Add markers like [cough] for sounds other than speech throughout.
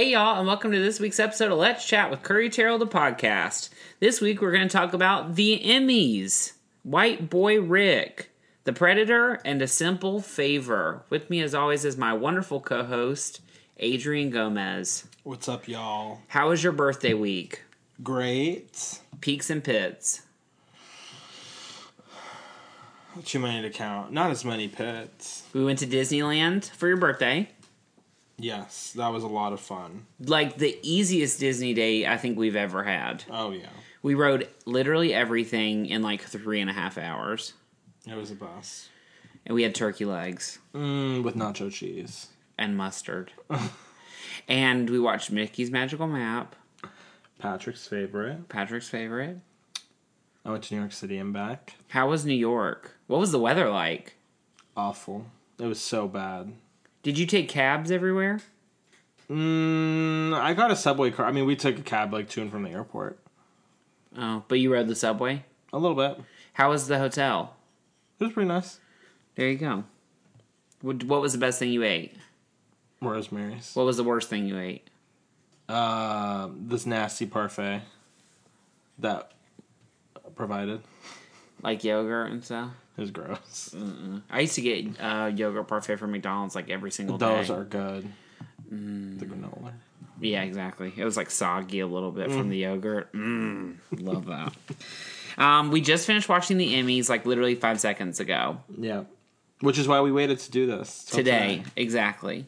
welcome to this week's episode of Let's Chat with Curry Terrell, the podcast. This week we're going to talk about the Emmys, White Boy Rick, The Predator, and A Simple Favor. With me, as always, is my wonderful co host, Adrian Gomez. What's up, y'all? How was your birthday week? Great. Peaks and pits. Too many to count. Not as many pets. We went to Disneyland for your birthday. Yes, that was a lot of fun. Like the easiest Disney day I think we've ever had. Oh, yeah. We rode literally everything in like three and a half hours. It was a bus. And we had turkey legs Mm, with nacho cheese. and mustard. and we watched Mickey's Magical Map, Patrick's favorite. Patrick's favorite. I went to New York City and back. How was New York? What was the weather like? Awful. It was so bad. Did you take cabs everywhere? Mm, I got a subway car. I mean, we took a cab like to and from the airport. Oh, but you rode the subway? A little bit. How was the hotel? It was pretty nice. There you go. What what was the best thing you ate? Rosemary's. What was the worst thing you ate? Uh, this nasty parfait that provided Like yogurt and stuff? is gross. I used to get uh, yogurt parfait from McDonald's like every single day. Those are good. The granola. Yeah, exactly. It was like soggy a little bit from the yogurt. Mm, love that. [laughs] um, we just finished watching the Emmys like literally five seconds ago Yeah. Which is why we waited to do this till today. Exactly.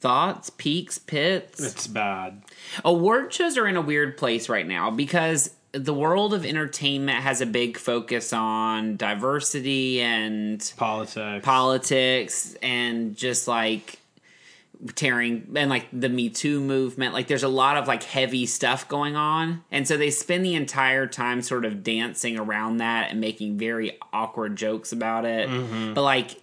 Thoughts, peaks, pits. It's bad. Award shows are in a weird place right now because the world of entertainment has a big focus on diversity and Politics. politics and just like tearing and like the me too movement like there's a lot of like heavy stuff going on and so they spend the entire time sort of dancing around that and making very awkward jokes about it but like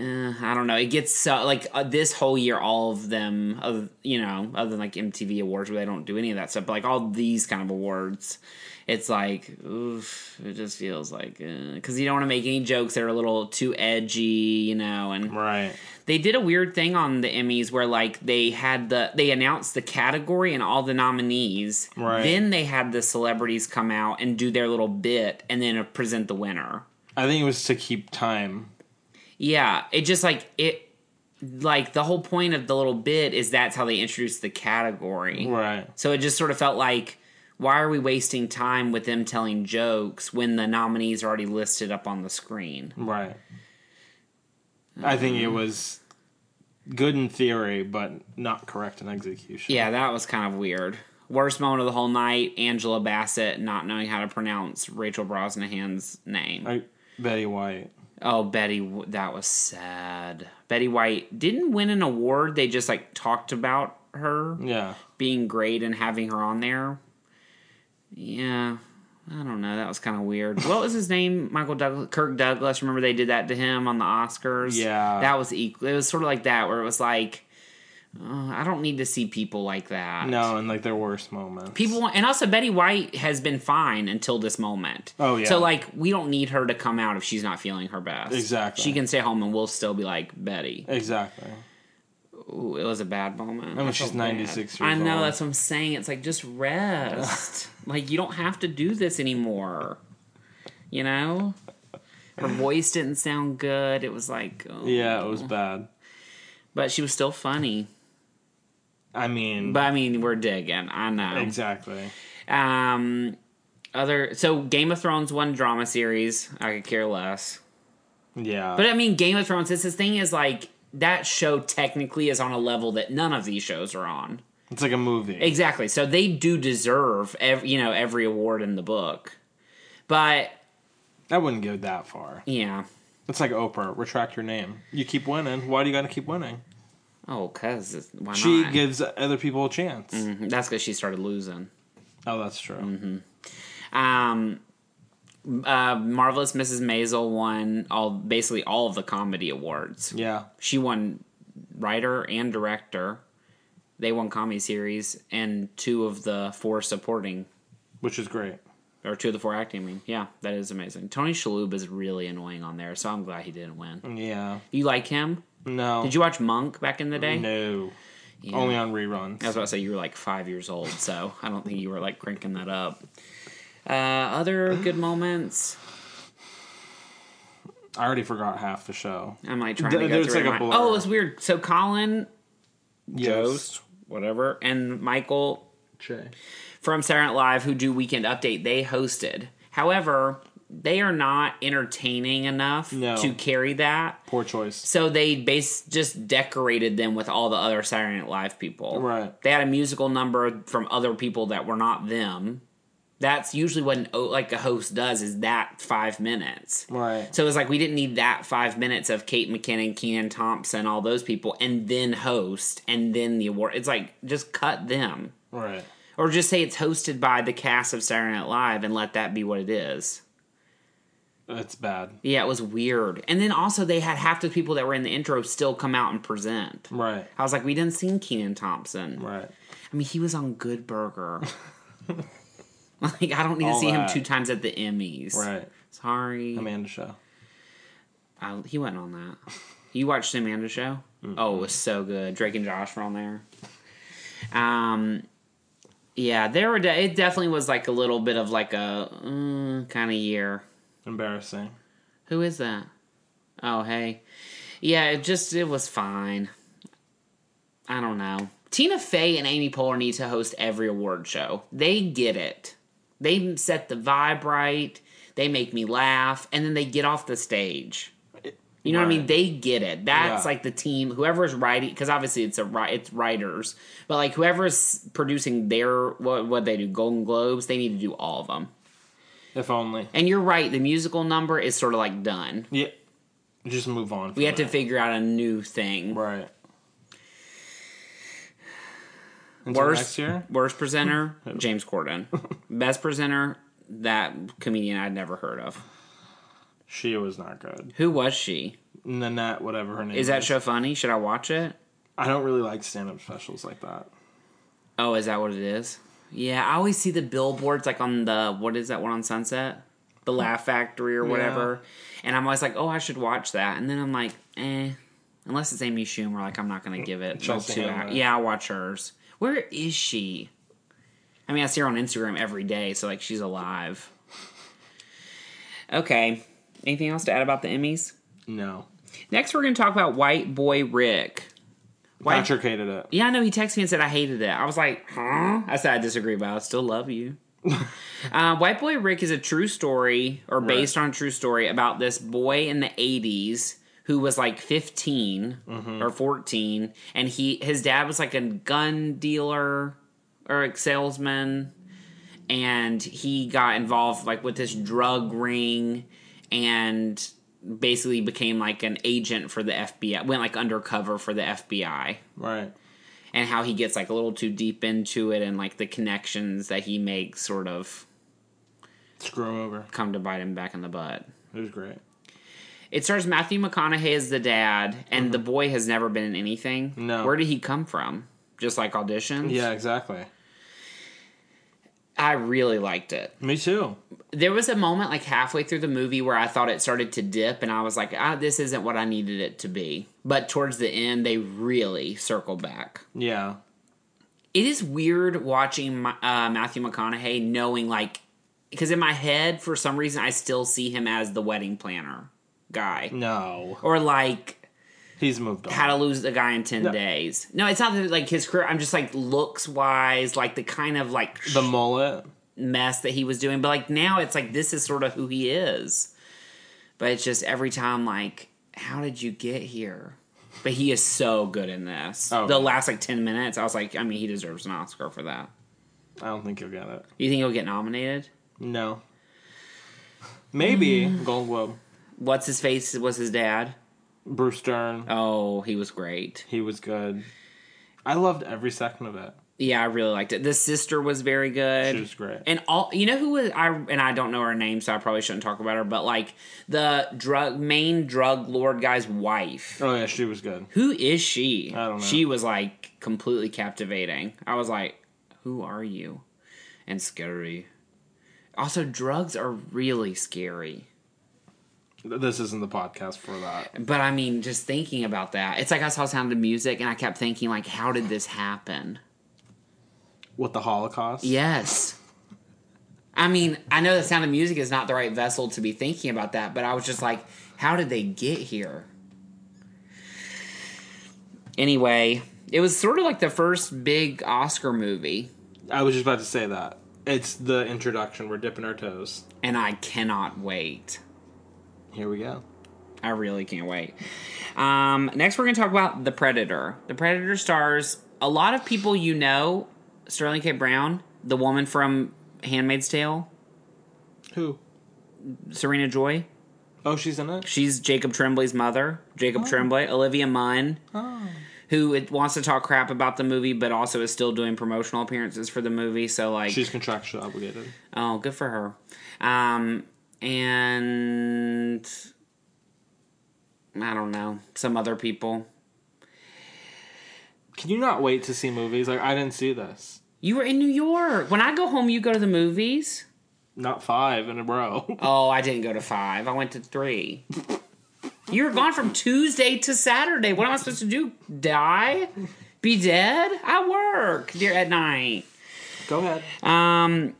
uh, i don't know it gets so like uh, this whole year all of them of you know other than like mtv awards where they don't do any of that stuff but like all these kind of awards it's like oof it just feels like because you don't want to make any jokes that are a little too edgy you know and right. they did a weird thing on the Emmys where like they had the they announced the category and all the nominees. Right. Then they had the celebrities come out and do their little bit and then uh, present the winner. I think it was to keep time. Yeah, it just like it like the whole point of the little bit is that's how they introduced the category. Right. So it just sort of felt like why are we wasting time with them telling jokes when the nominees are already listed up on the screen? Right. I think it was good in theory, but not correct in execution. Yeah, that was kind of weird. Worst moment of the whole night, Angela Bassett not knowing how to pronounce Rachel Brosnahan's name. I, Betty White. oh, Betty, W- that was sad. Betty White didn't win an award. They just like talked about her Yeah. being great and having her on there. Yeah. I don't know. That was kind of weird. What was his name? Michael Douglas, Kirk Douglas. Remember they did that to him on the Oscars. Yeah. that was equal. It was sort of like that, where it was like, uh, I don't need to see people like that. No, and like their worst moments. People want, and also Betty White has been fine until this moment. Oh, yeah. So like, we don't need her to come out if she's not feeling her best. Exactly. She can stay home, and we'll still be like Betty. Exactly. Ooh, it was a bad moment. I mean, felt she's bad. 96 I years know. old. That's what I'm saying. It's like [laughs] just rest. like you don't have to do this anymore. You know. Her voice didn't sound good. It was like, oh. Yeah, it was bad. But she was still funny. I mean, But I mean, we're digging. I know. exactly. Um, other so Game of Thrones one drama series. I could care less. Yeah. But I mean, Game of Thrones. It's this thing is like that show technically is on a level that none of these shows are on. it's like a movie. Exactly. So they do deserve every you know every award in the book. But I wouldn't go that far. yeah. It's like Oprah. Retract your name. You keep winning. Why do you got to keep winning? Oh, cause why She not? gives other people a chance. [laughs] That's because she started losing. Oh, that's true. Mm-hmm. Um, uh, marvelous Mrs. Maisel won all basically all of the comedy awards. Yeah. she won writer and director. They won comedy series and two of the four supporting Which is great. or two of the four acting. I mean, yeah, that is amazing. Tony Shalhoub is really annoying on there, so I'm glad he didn't win. Yeah. You like him? No. Did you watch Monk back in the day? No. Yeah. Only on reruns. I was about to say you were like five years old, so I don't think you were like cranking that up. Uh, other good moments. I already forgot half the show. Am I trying There- to go there's through? like a my- blur. oh, it's weird. So Colin, Yes. Ghost, whatever, and Michael Jay. from Saturday Night Live who do Weekend Update. They hosted. However, they are not entertaining enough No. to carry that. Poor choice. So they base just decorated them with all the other Saturday Night Live people. Right. They had a musical number from other people that were not them. That's usually what an, o- like a host does is that five minutes. Right. So it's like we didn't need that five minutes of Kate McKinnon, Keenan Thompson, all those people, and then host and then the award. It's like just cut them Right. or just say it's hosted by the cast of Saturday Night Live and let that be what it is. It's bad. Yeah, it was weird. And then also they had half the people that were in the intro still come out and present. Right. I was like, we didn't seen Keenan Thompson. Right. I mean, he was on [laughs] Good Burger. like, I don't need to All see that. him two times at the Emmys. Right. Sorry. I Amanda show. I, he wasn't on that. You watched the Amanda show? Oh, it was so good. Drake and Josh were on there. Um, yeah, there were. De- it definitely was like a little bit of like a mm, kind of year. Embarrassing. Who is that? Oh, hey. Yeah, it just it was fine. I don't know. Tina Fey and Amy Poehler need to host every award show. They get it. They set the vibe right. They make me laugh, and then they get off the stage. You know what I mean? Right. They get it. That's Yeah. like the team. Whoever's writing, because obviously it's a wri- it's writers, but like whoever's producing their what what they do Golden Globes, they need to do all of them. If only. And you're right. The musical number is sort of like done. Yeah. Just move on. We have to figure out a new thing. Right. Until Worst next year? [laughs] worst presenter, James Corden. Best presenter, that comedian I'd never heard of. She was not good. Who was she? Nanette, whatever her name Is that show funny? Should I watch it? I don't really like stand up specials like that. Oh, is that what it is? Yeah, I always see the billboards like on the what is that one on Sunset? The Laugh Factory or whatever. And I'm always like, "Oh, I should watch that." And then I'm like, "Eh, unless it's Amy Schumer, like I'm not going to give it like, Chelsea two Handler. hours. Yeah, I'll watch hers. Where is she? I mean, I see her on Instagram every day, so like she's alive. Okay. Anything else to add about the Emmys? No. Next, we're going to talk about White Boy Rick. White Patrick hated it. yeah, I know. He texted me and said I hated it. I was like, huh? I said I disagree, but I still love you. uh, White Boy Rick is a true story or based on a true story about this boy in the '80s who was like 15 or 14, and he his dad was like a gun dealer or a salesman, and he got involved like with this drug ring and basically became like an agent for the FBI went like undercover for the FBI Right. and how he gets like a little too deep into it and like the connections that he makes sort of Screw him over. come to bite him back in the butt. It was great. It stars Matthew McConaughey as the dad, and the boy has never been in anything. Mm-hmm. No. Where did he come from? Just like auditions? Yeah, exactly. I really liked it. Me too. There was a moment like halfway through the movie where I thought it started to dip, and I was like, ah, this isn't what I needed it to be. But towards the end, they really circled back. Yeah. it is weird watching my, uh, Matthew McConaughey knowing like because in my head for some reason I still see him as the wedding planner Mm. guy No. or like He's moved on. how to lose a guy in 10 days. No, it's not that like his career I'm just like looks wise like the kind of like the mullet. mess that he was doing but like now it's like this is sort of who he is. But it's just every time like how did you get here? But he is so good in this. Oh, the yeah. last like 10 minutes I was like I mean he deserves an Oscar for that. I don't think you'll get it. You think he'll get nominated? No. Maybe Hmm. Golden Globe. What's his face was his dad. Bruce Dern. Oh, he was great. He was good. I loved every second of it. Yeah, I really liked it. The sister was very good. She was great. and all you know who was I and I don't know her name, so I probably shouldn't talk about her. But like the drug main drug lord guy's wife, Oh yeah, she was good. who is she? I don't know. She was like completely captivating. I was like, who are you? And scary. Also, drugs are really scary. This isn't the podcast for that. But I mean, just thinking about that, it's like I saw Sound of Music and I kept thinking, like, how did this happen? What the Holocaust? Yes. I mean, I know that Sound of Music is not the right vessel to be thinking about that, but I was just like, how did they get here? Anyway, it was sort of like the first big Oscar movie, I was just about to say that. It's the introduction. We're dipping our toes. and I cannot wait. Here we go. I really can't wait. Um, next, we're going to talk about The Predator. The Predator stars a lot of people you know Sterling K. Brown, the woman from Handmaid's Tale, Who? Serena Joy. Oh, she's in it. She's Jacob Tremblay's mother. Jacob Tremblay, Olivia Munn, Oh. who it wants to talk crap about the movie, but also is still doing promotional appearances for the movie. So, like, She's contractually obligated. oh, good for her. Um, and I don't know, some other people. Can you not wait to see movies? Like I didn't see this. You were in New York. When I go home, you go to the movies. Not five in a row. [laughs] Oh, I didn't go to five. I went to [laughs] three. you were gone from Tuesday to Saturday. What am I supposed to do? Die? Be dead? I work dear at night. go ahead. Um,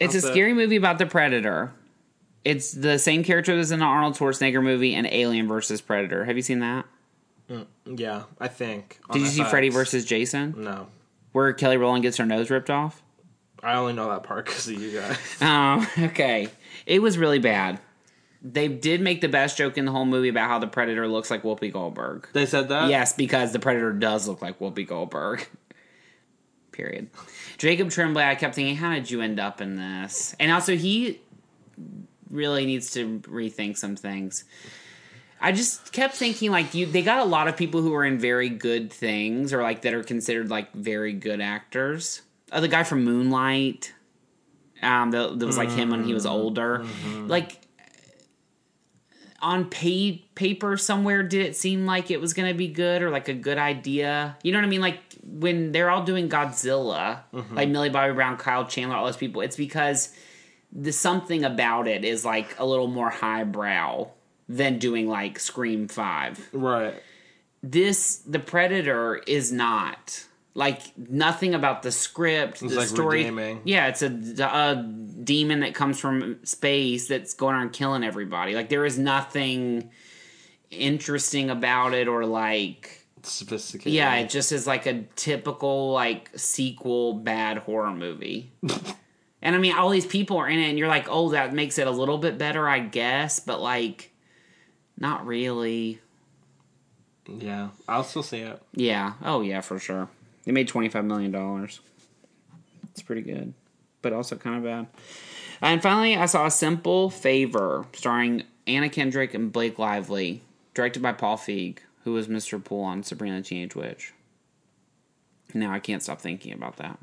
it's How's a that? scary movie about the Predator. It's the same character that's in the Arnold Schwarzenegger movie and Alien versus Predator. Have you seen that? Yeah, I think. on Did you see FX. Freddy versus Jason, No, where Kelly Rowland gets her nose ripped off? I only know that part because of you guys. [laughs] Oh, [laughs] okay. It was really bad. They did make the best joke in the whole movie about how the Predator looks like Whoopi Goldberg. they said that. Yes, because the Predator does look like Whoopi Goldberg. [laughs] Period. Jacob Tremblay, I kept thinking, how did you end up in this? And also, he really needs to rethink some things. I just kept thinking, like, you, they got a lot of people who are in very good things or, like, that are considered, like, very good actors. Oh, the guy from Moonlight, um, that, that was, like, him when he was older. Like, on paid paper somewhere did it seem like it was going to be good or like a good idea you know what i mean like when they're all doing godzilla like millie bobby brown kyle chandler all those people it's because the something about it is like a little more highbrow than doing like scream 5 Right. this the predator is not like nothing about the script the like story redeeming. yeah it's a, d- a demon that comes from space that's going around killing everybody like there is nothing interesting about it or like Sophisticated. yeah it just is like a typical like sequel bad horror movie [laughs] and i mean all these people are in it and you're like oh that makes it a little bit better i guess but like not really Yeah. I'll still see it. Yeah. Oh yeah, for sure. They made twenty five million dollars. It's pretty good, but also kind of bad. And finally, I saw a simple favor starring Anna Kendrick and Blake Lively, directed by Paul Feig, who was Mr. Poole on Sabrina the Teenage Witch. Now I can't stop thinking about that.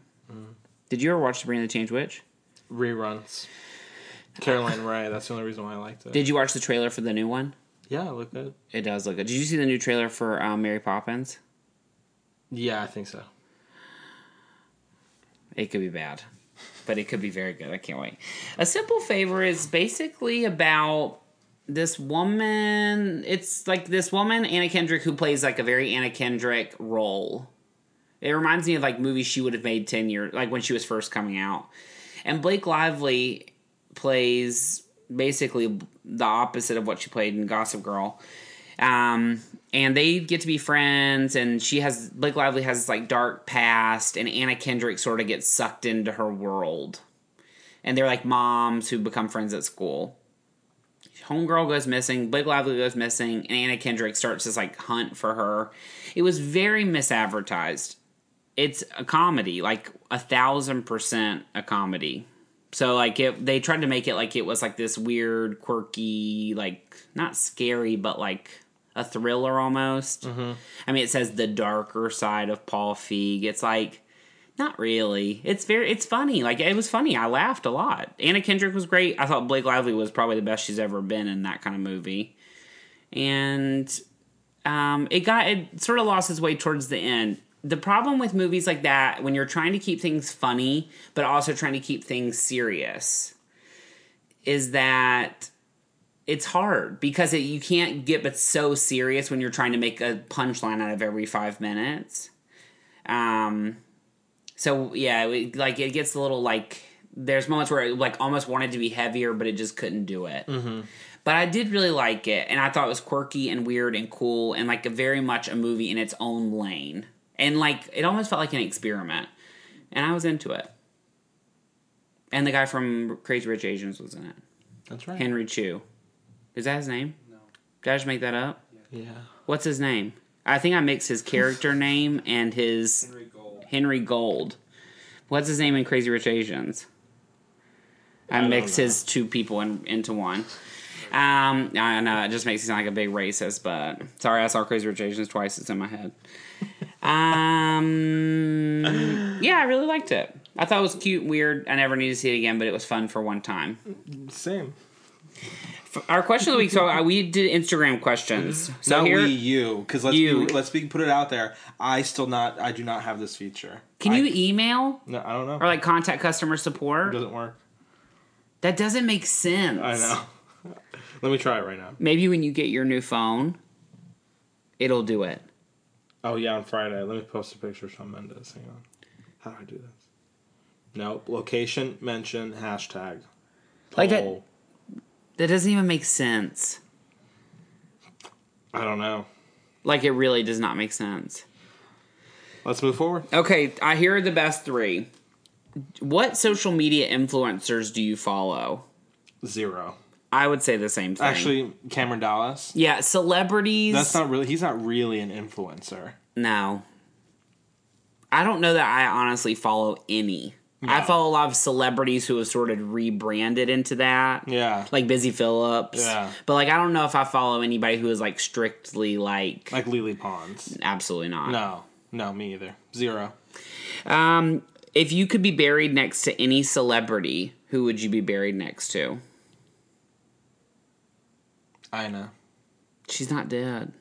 Did you ever watch Sabrina the Teenage Witch? Reruns. Caroline Ray. That's the only reason why I liked it. Did you watch the trailer for the new one? yeah, it looked good. It does look good. Did you see the new trailer for um, Mary Poppins? Yeah, I think so. It could be bad, but it could be very good. I can't wait. A Simple Favor is basically about this woman. It's like this woman, Anna Kendrick, who plays like a very Anna Kendrick role. It reminds me of like movies she would have made 10 years, like when she was first coming out. And Blake Lively plays basically the opposite of what she played in Gossip Girl. Um, and they get to be friends, and she has Blake Lively has this like dark past, and Anna Kendrick sort of gets sucked into her world. And they're like moms who become friends at school. Homegirl goes missing, Blake Lively goes missing, and Anna Kendrick starts this like hunt for her. It was very misadvertised. It's a comedy, like a thousand percent a comedy. So like it, they tried to make it like it was like this weird, quirky, like not scary, but like a thriller almost. I mean, it says the darker side of Paul Feig. It's like not really. It's very, it's funny. Like it was funny. I laughed a lot. Anna Kendrick was great. I thought Blake Lively was probably the best she's ever been in that kind of movie. And um, it got it sort of lost its way towards the end. The problem with movies like that, when you're trying to keep things funny but also trying to keep things serious, is that it's hard because it, you can't get but so serious when you're trying to make a punchline out of every five minutes. Um, so yeah, it, like it gets a little like there's moments where it, like almost wanted to be heavier, but it just couldn't do it. But I did really like it, and I thought it was quirky and weird and cool, and like a very much a movie in its own lane. And like it almost felt like an experiment, and I was into it. And the guy from Crazy Rich Asians was in it. That's right. Henry Chu. Is that his name? No. Did I just make that up? Yeah. What's his name? I think I mixed his character name and his Henry Gold. What's his name in Crazy Rich Asians? I, don't mixed know. his two people in, into one. Um, I know it just makes you sound like a big racist, but sorry, I saw Crazy Rich Asians twice. It's in my head. Um, yeah, I really liked it. I thought it was cute, weird. I never need to see it again, but it was fun for one time. Same. Our question of the week. So uh, we did Instagram questions. So Not here, we, you, because let's You. Be, let's be put it out there. I still not. I do not have this feature. can I- you email No, I don't know. or like contact customer it support? doesn't work. that doesn't make sense. I know. [laughs] Let me try it right now. Maybe when you get your new phone, it'll do it. Oh yeah, on Friday. Let me post a picture of Shawn Mendes. Hang on. How do I do this? Nope. Location mention hashtag. Like that- Poll. That doesn't even make sense. I don't know. Like it really does not make sense. Let's move forward. Okay, I hear are the best three. What social media influencers do you follow? Zero. I would say the same thing. Actually, Cameron Dallas. yeah, celebrities. That's not really. He's not really an influencer. No. I don't know that I honestly follow any. I follow a lot of celebrities who have sort of rebranded into that. Yeah. Like Busy Phillips. Yeah. But like I don't know if I follow anybody who is like strictly like, Like Lily Pons. absolutely not. No. No, me either. Zero. Um if you could be buried next to any celebrity, who would you be buried next to? I know. She's not dead.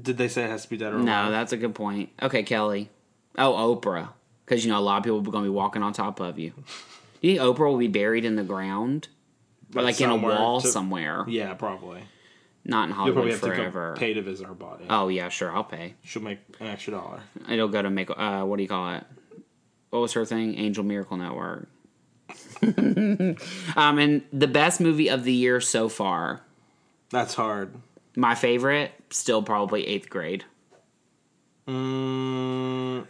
Did they say it has to be dead or No, alive? that's a good point. Okay, Kelly. Oh, Oprah. Because you know a lot of people are going to be walking on top of you. Do you think Oprah will be buried in the ground? Or like in a Somewhere wall to- somewhere, Yeah, probably. not in You'll probably Hollywood have to forever. go pay to visit her body. Oh yeah, sure, I'll pay. She'll make an extra dollar. It'll go to make uh, what do you call it? What was her thing? Angel Miracle Network. [laughs] um, and the best movie of the year so far. That's hard. My favorite, still probably eighth grade. Mm,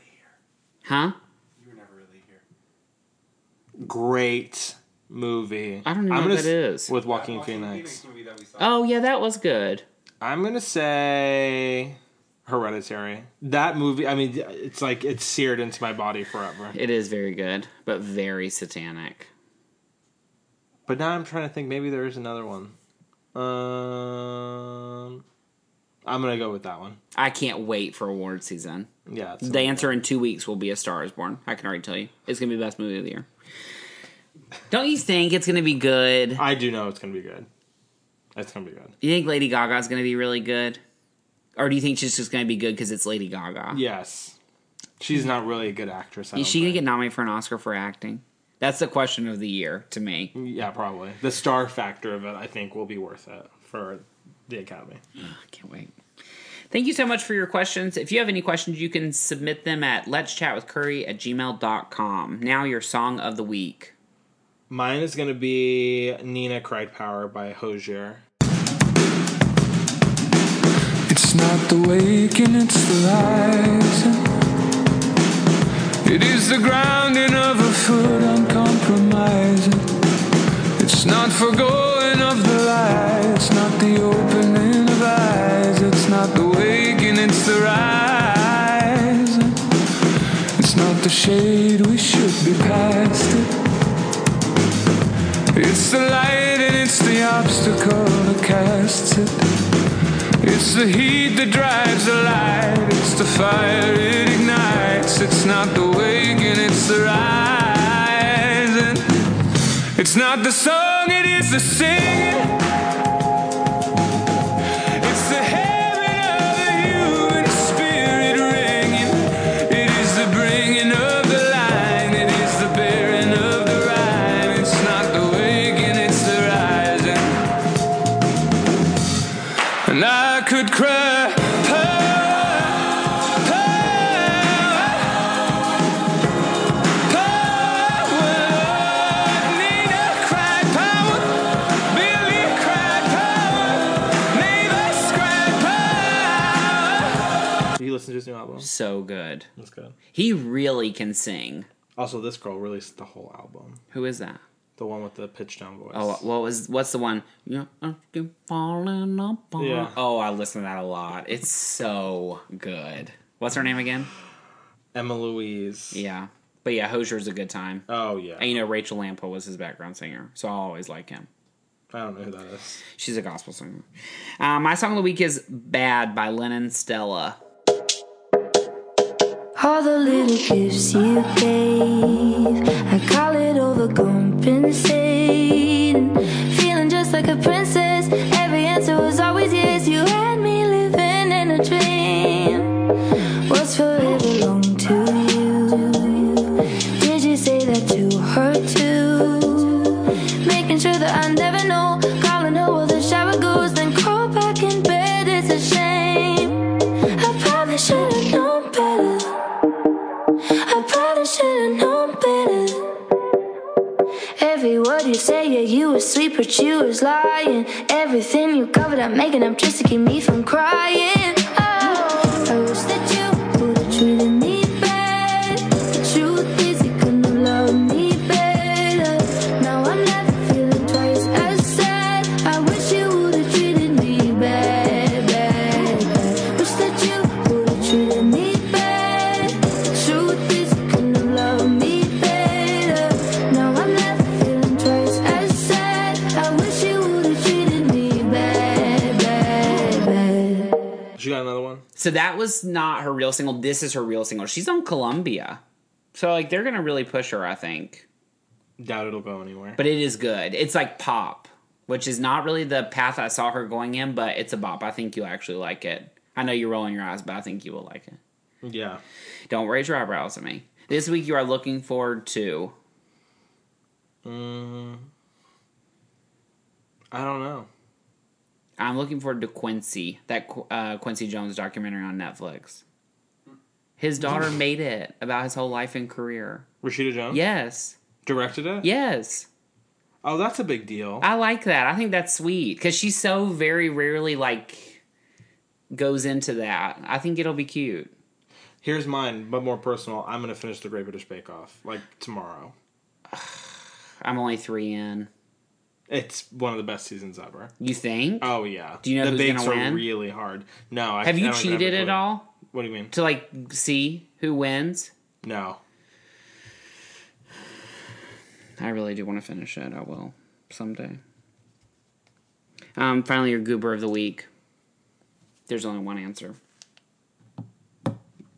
Huh? You were never really here. great movie. I don't even know gonna what that s- is. With Joaquin Joaquin Phoenix. movie that we saw. Oh yeah, that was good. I'm gonna say Hereditary. That movie. I mean, it's like it's seared into my body forever. It is very good, but very satanic. But now I'm trying to think. Maybe there is another one. Um, I'm gonna go with that one. I can't wait for award season. Yeah. it's- The answer in two weeks will be A Star Is Born. I can already tell you, it's gonna be the best movie of the year. Don't you think it's gonna be good? I do know it's gonna be good. It's gonna be good. You think Lady Gaga's going to be really good? Or do you think she's just going to be good because it's Lady Gaga? Yes. She's not really a good actress. I Is don't she going to think. get nominated for an Oscar for acting? That's the question of the year to me. Yeah, probably. The star factor of it, I think, will be worth it for the Academy. I can't wait. Thank you so much for your questions. If you have any questions, you can submit them at let's chat with curry at gmail.com. Now, your song of the week. Mine is going to be Nina Cried Power by Hozier. It's not the waking, it's the rising. It is the grounding of a foot uncompromising. It's not forgoing of the light, it's not the opening of eyes. It's not the waking, it's the rising. It's not the shade, we should be past it. It's the light and it's the obstacle that casts it. It's the heat that drives the light. It's the fire it ignites. It's not the waking, it's the rising. It's not the song, it is the singing. It's the heaven of the human spirit ringing. It is the bringing of the line. It is the bearing of the rhyme. It's not the waking, it's the rising. so good. That's good. He really can sing. Also, this girl released the whole album. Who is that? The one with the pitch down voice. Oh, what was what's the one? You keep falling apart. Yeah. Oh, I listen to that a lot. It's so good. What's her name again? Emma Louise. Yeah, but yeah, Hosier's a good time. Oh yeah. And you know, Rachel Lampo was his background singer, so I always like him. I don't know who that is. She's a gospel singer. Uh, my song of the week is "Bad" by Lennon Stella. All the little gifts you gave, I call it overcompensating. Feeling just like a princess, every answer was always yes. You had me living in a dream. Was forever long to you? Did you say that to her too? Making sure that I never know, calling her while the shower goes, then crawl back in bed. It's a shame. I probably should have known better. I probably should've known better. Every word you say, yeah, you were sweet, but you was lying. Everything you covered up, making up just to keep me from crying. Oh, I wish that you would have treated me bad. The truth is, you couldn't have loved me better. Now I'm never feeling twice as sad. I wish you would have treated me bad, bad, bad. Wish that you would have treated me bad. The truth is, you couldn't have loved me better. Now I'm never feeling twice as sad. I wish you would have treated me bad, bad, bad. She got another one. So that was not her real single. This is her real single. She's on Columbia, so like they're gonna really push her, I think. Doubt it'll go anywhere. but it is good. It's like pop, which is not really the path I saw her going in, but it's a bop. I think you'll actually like it. I know you're rolling your eyes, but I think you will like it. yeah. Don't raise your eyebrows at me. This week you are looking forward to. Mm, I don't know. I'm looking forward to Quincy, that Qu- uh, Quincy Jones documentary on Netflix. His Mm-hmm. daughter made it about his whole life and career. Rashida Jones. Yes, Directed it. yes. Oh, that's a big deal. I like that. I think that's sweet because she so very rarely like goes into that. I think it'll be cute. Here's mine, but more personal. I'm gonna finish the Great British Bake Off like tomorrow. I'm only three in. It's one of the best seasons ever. You think? Oh yeah. Do you know the who's bakes gonna are win? really hard? No. I, have I you don't even cheated a at clue. all What do you mean? to like see who wins? No. I really do want to finish it. I will someday. Um, finally, your goober of the week. There's only one answer.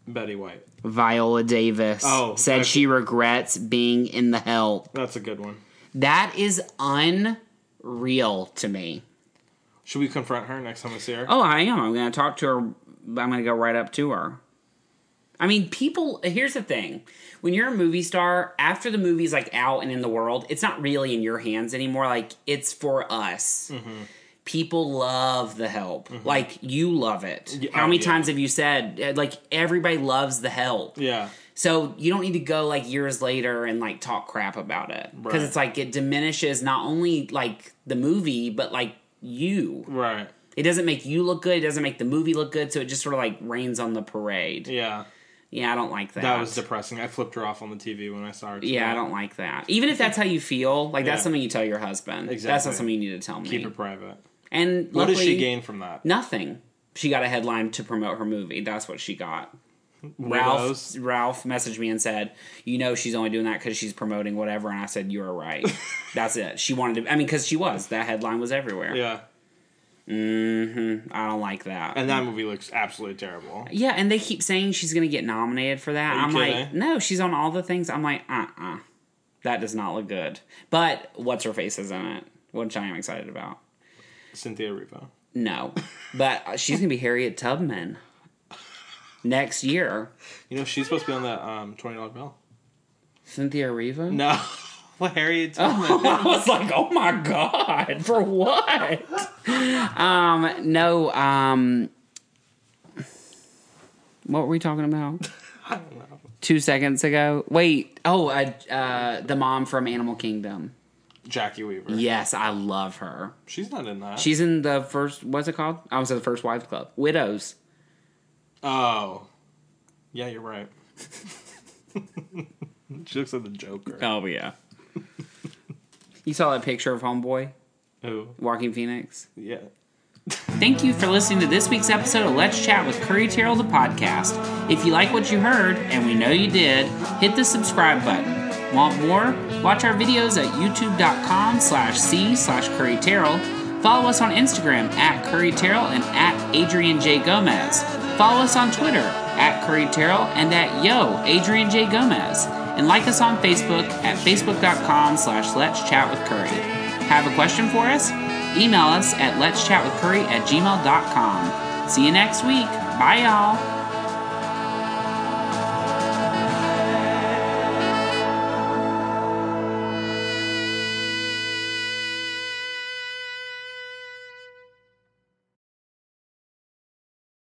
Betty White. Viola Davis Oh, said okay. she regrets being in the help. That's a good one. That is unreal to me. Should we confront her next time we see her? Oh, I am. I'm going to talk to her. I'm going to go right up to her. I mean, people. Here's the thing: when you're a movie star, after the movie's like out and in the world, it's not really in your hands anymore. Like it's for us. Mm-hmm. People love the help. Like you love it. Yeah, How many yeah. times have you said uh, like everybody loves the help? Yeah. So you don't need to go like years later and like talk crap about it because Right. it's like it diminishes not only like the movie but like you. Right. It doesn't make you look good. It doesn't make the movie look good. So it just sort of like rains on the parade. Yeah, Yeah. I don't like that. That was depressing. I flipped her off on the TV when I saw her. yeah, I tonight. don't like that. Even if that's how you feel, like Yeah. that's something you tell your husband. That's Exactly. not something you need to tell me. Keep it private. and What does she luckily, gain from that? Nothing. She got a headline to promote her movie. That's what she got. Weirdos. Ralph Ralph messaged me and said, "You know she's only doing that because she's promoting whatever." And I said, "You [laughs] are right. That's it. She wanted to. I mean, because she was. That headline was everywhere. Yeah. I don't like that. And that movie looks absolutely terrible. Yeah, and they keep saying she's gonna get nominated for that. you I'm like, kidding? no, she's on all the things. I'm like, uh uh That does not look good. But what's her face is in it, which I am excited about. Cynthia Revo. No. [laughs] But she's gonna be Harriet Tubman next year. You know she's supposed to be on that um, twenty dollar bill. Cynthia Riva? No. [laughs] Well, Harriet Oh. Tubman. I was like, oh my god, for what? um, no, um what were we talking about? I don't know. Two seconds ago. Wait. Oh, uh, uh, the mom from Animal Kingdom. Jackie Weaver. Yes, I love her. She's not in that. She's in the first. What's it called? I was at the first wives club. Widows. oh. Yeah, you're right. [laughs] she looks like the Joker. Oh yeah. you saw that picture of Homeboy, Oh, Walking Phoenix. yeah. Thank you for listening to this week's episode of Let's Chat with Curry Terrell, the podcast. If you like what you heard, and we know you did, hit the subscribe button. Want more? Watch our videos at youtube.com slash C slash Curry Terrell. Follow us on Instagram at Curry Terrell and at Adrian J. Gomez. Follow us on Twitter at Curry Terrell and at Yo, Adrian J. Gomez. And like us on Facebook at facebook.com slash Let's Chat with Curry. Have a question for us? Email us at let's chat with curry at gmail.com. See you next week. Bye, y'all.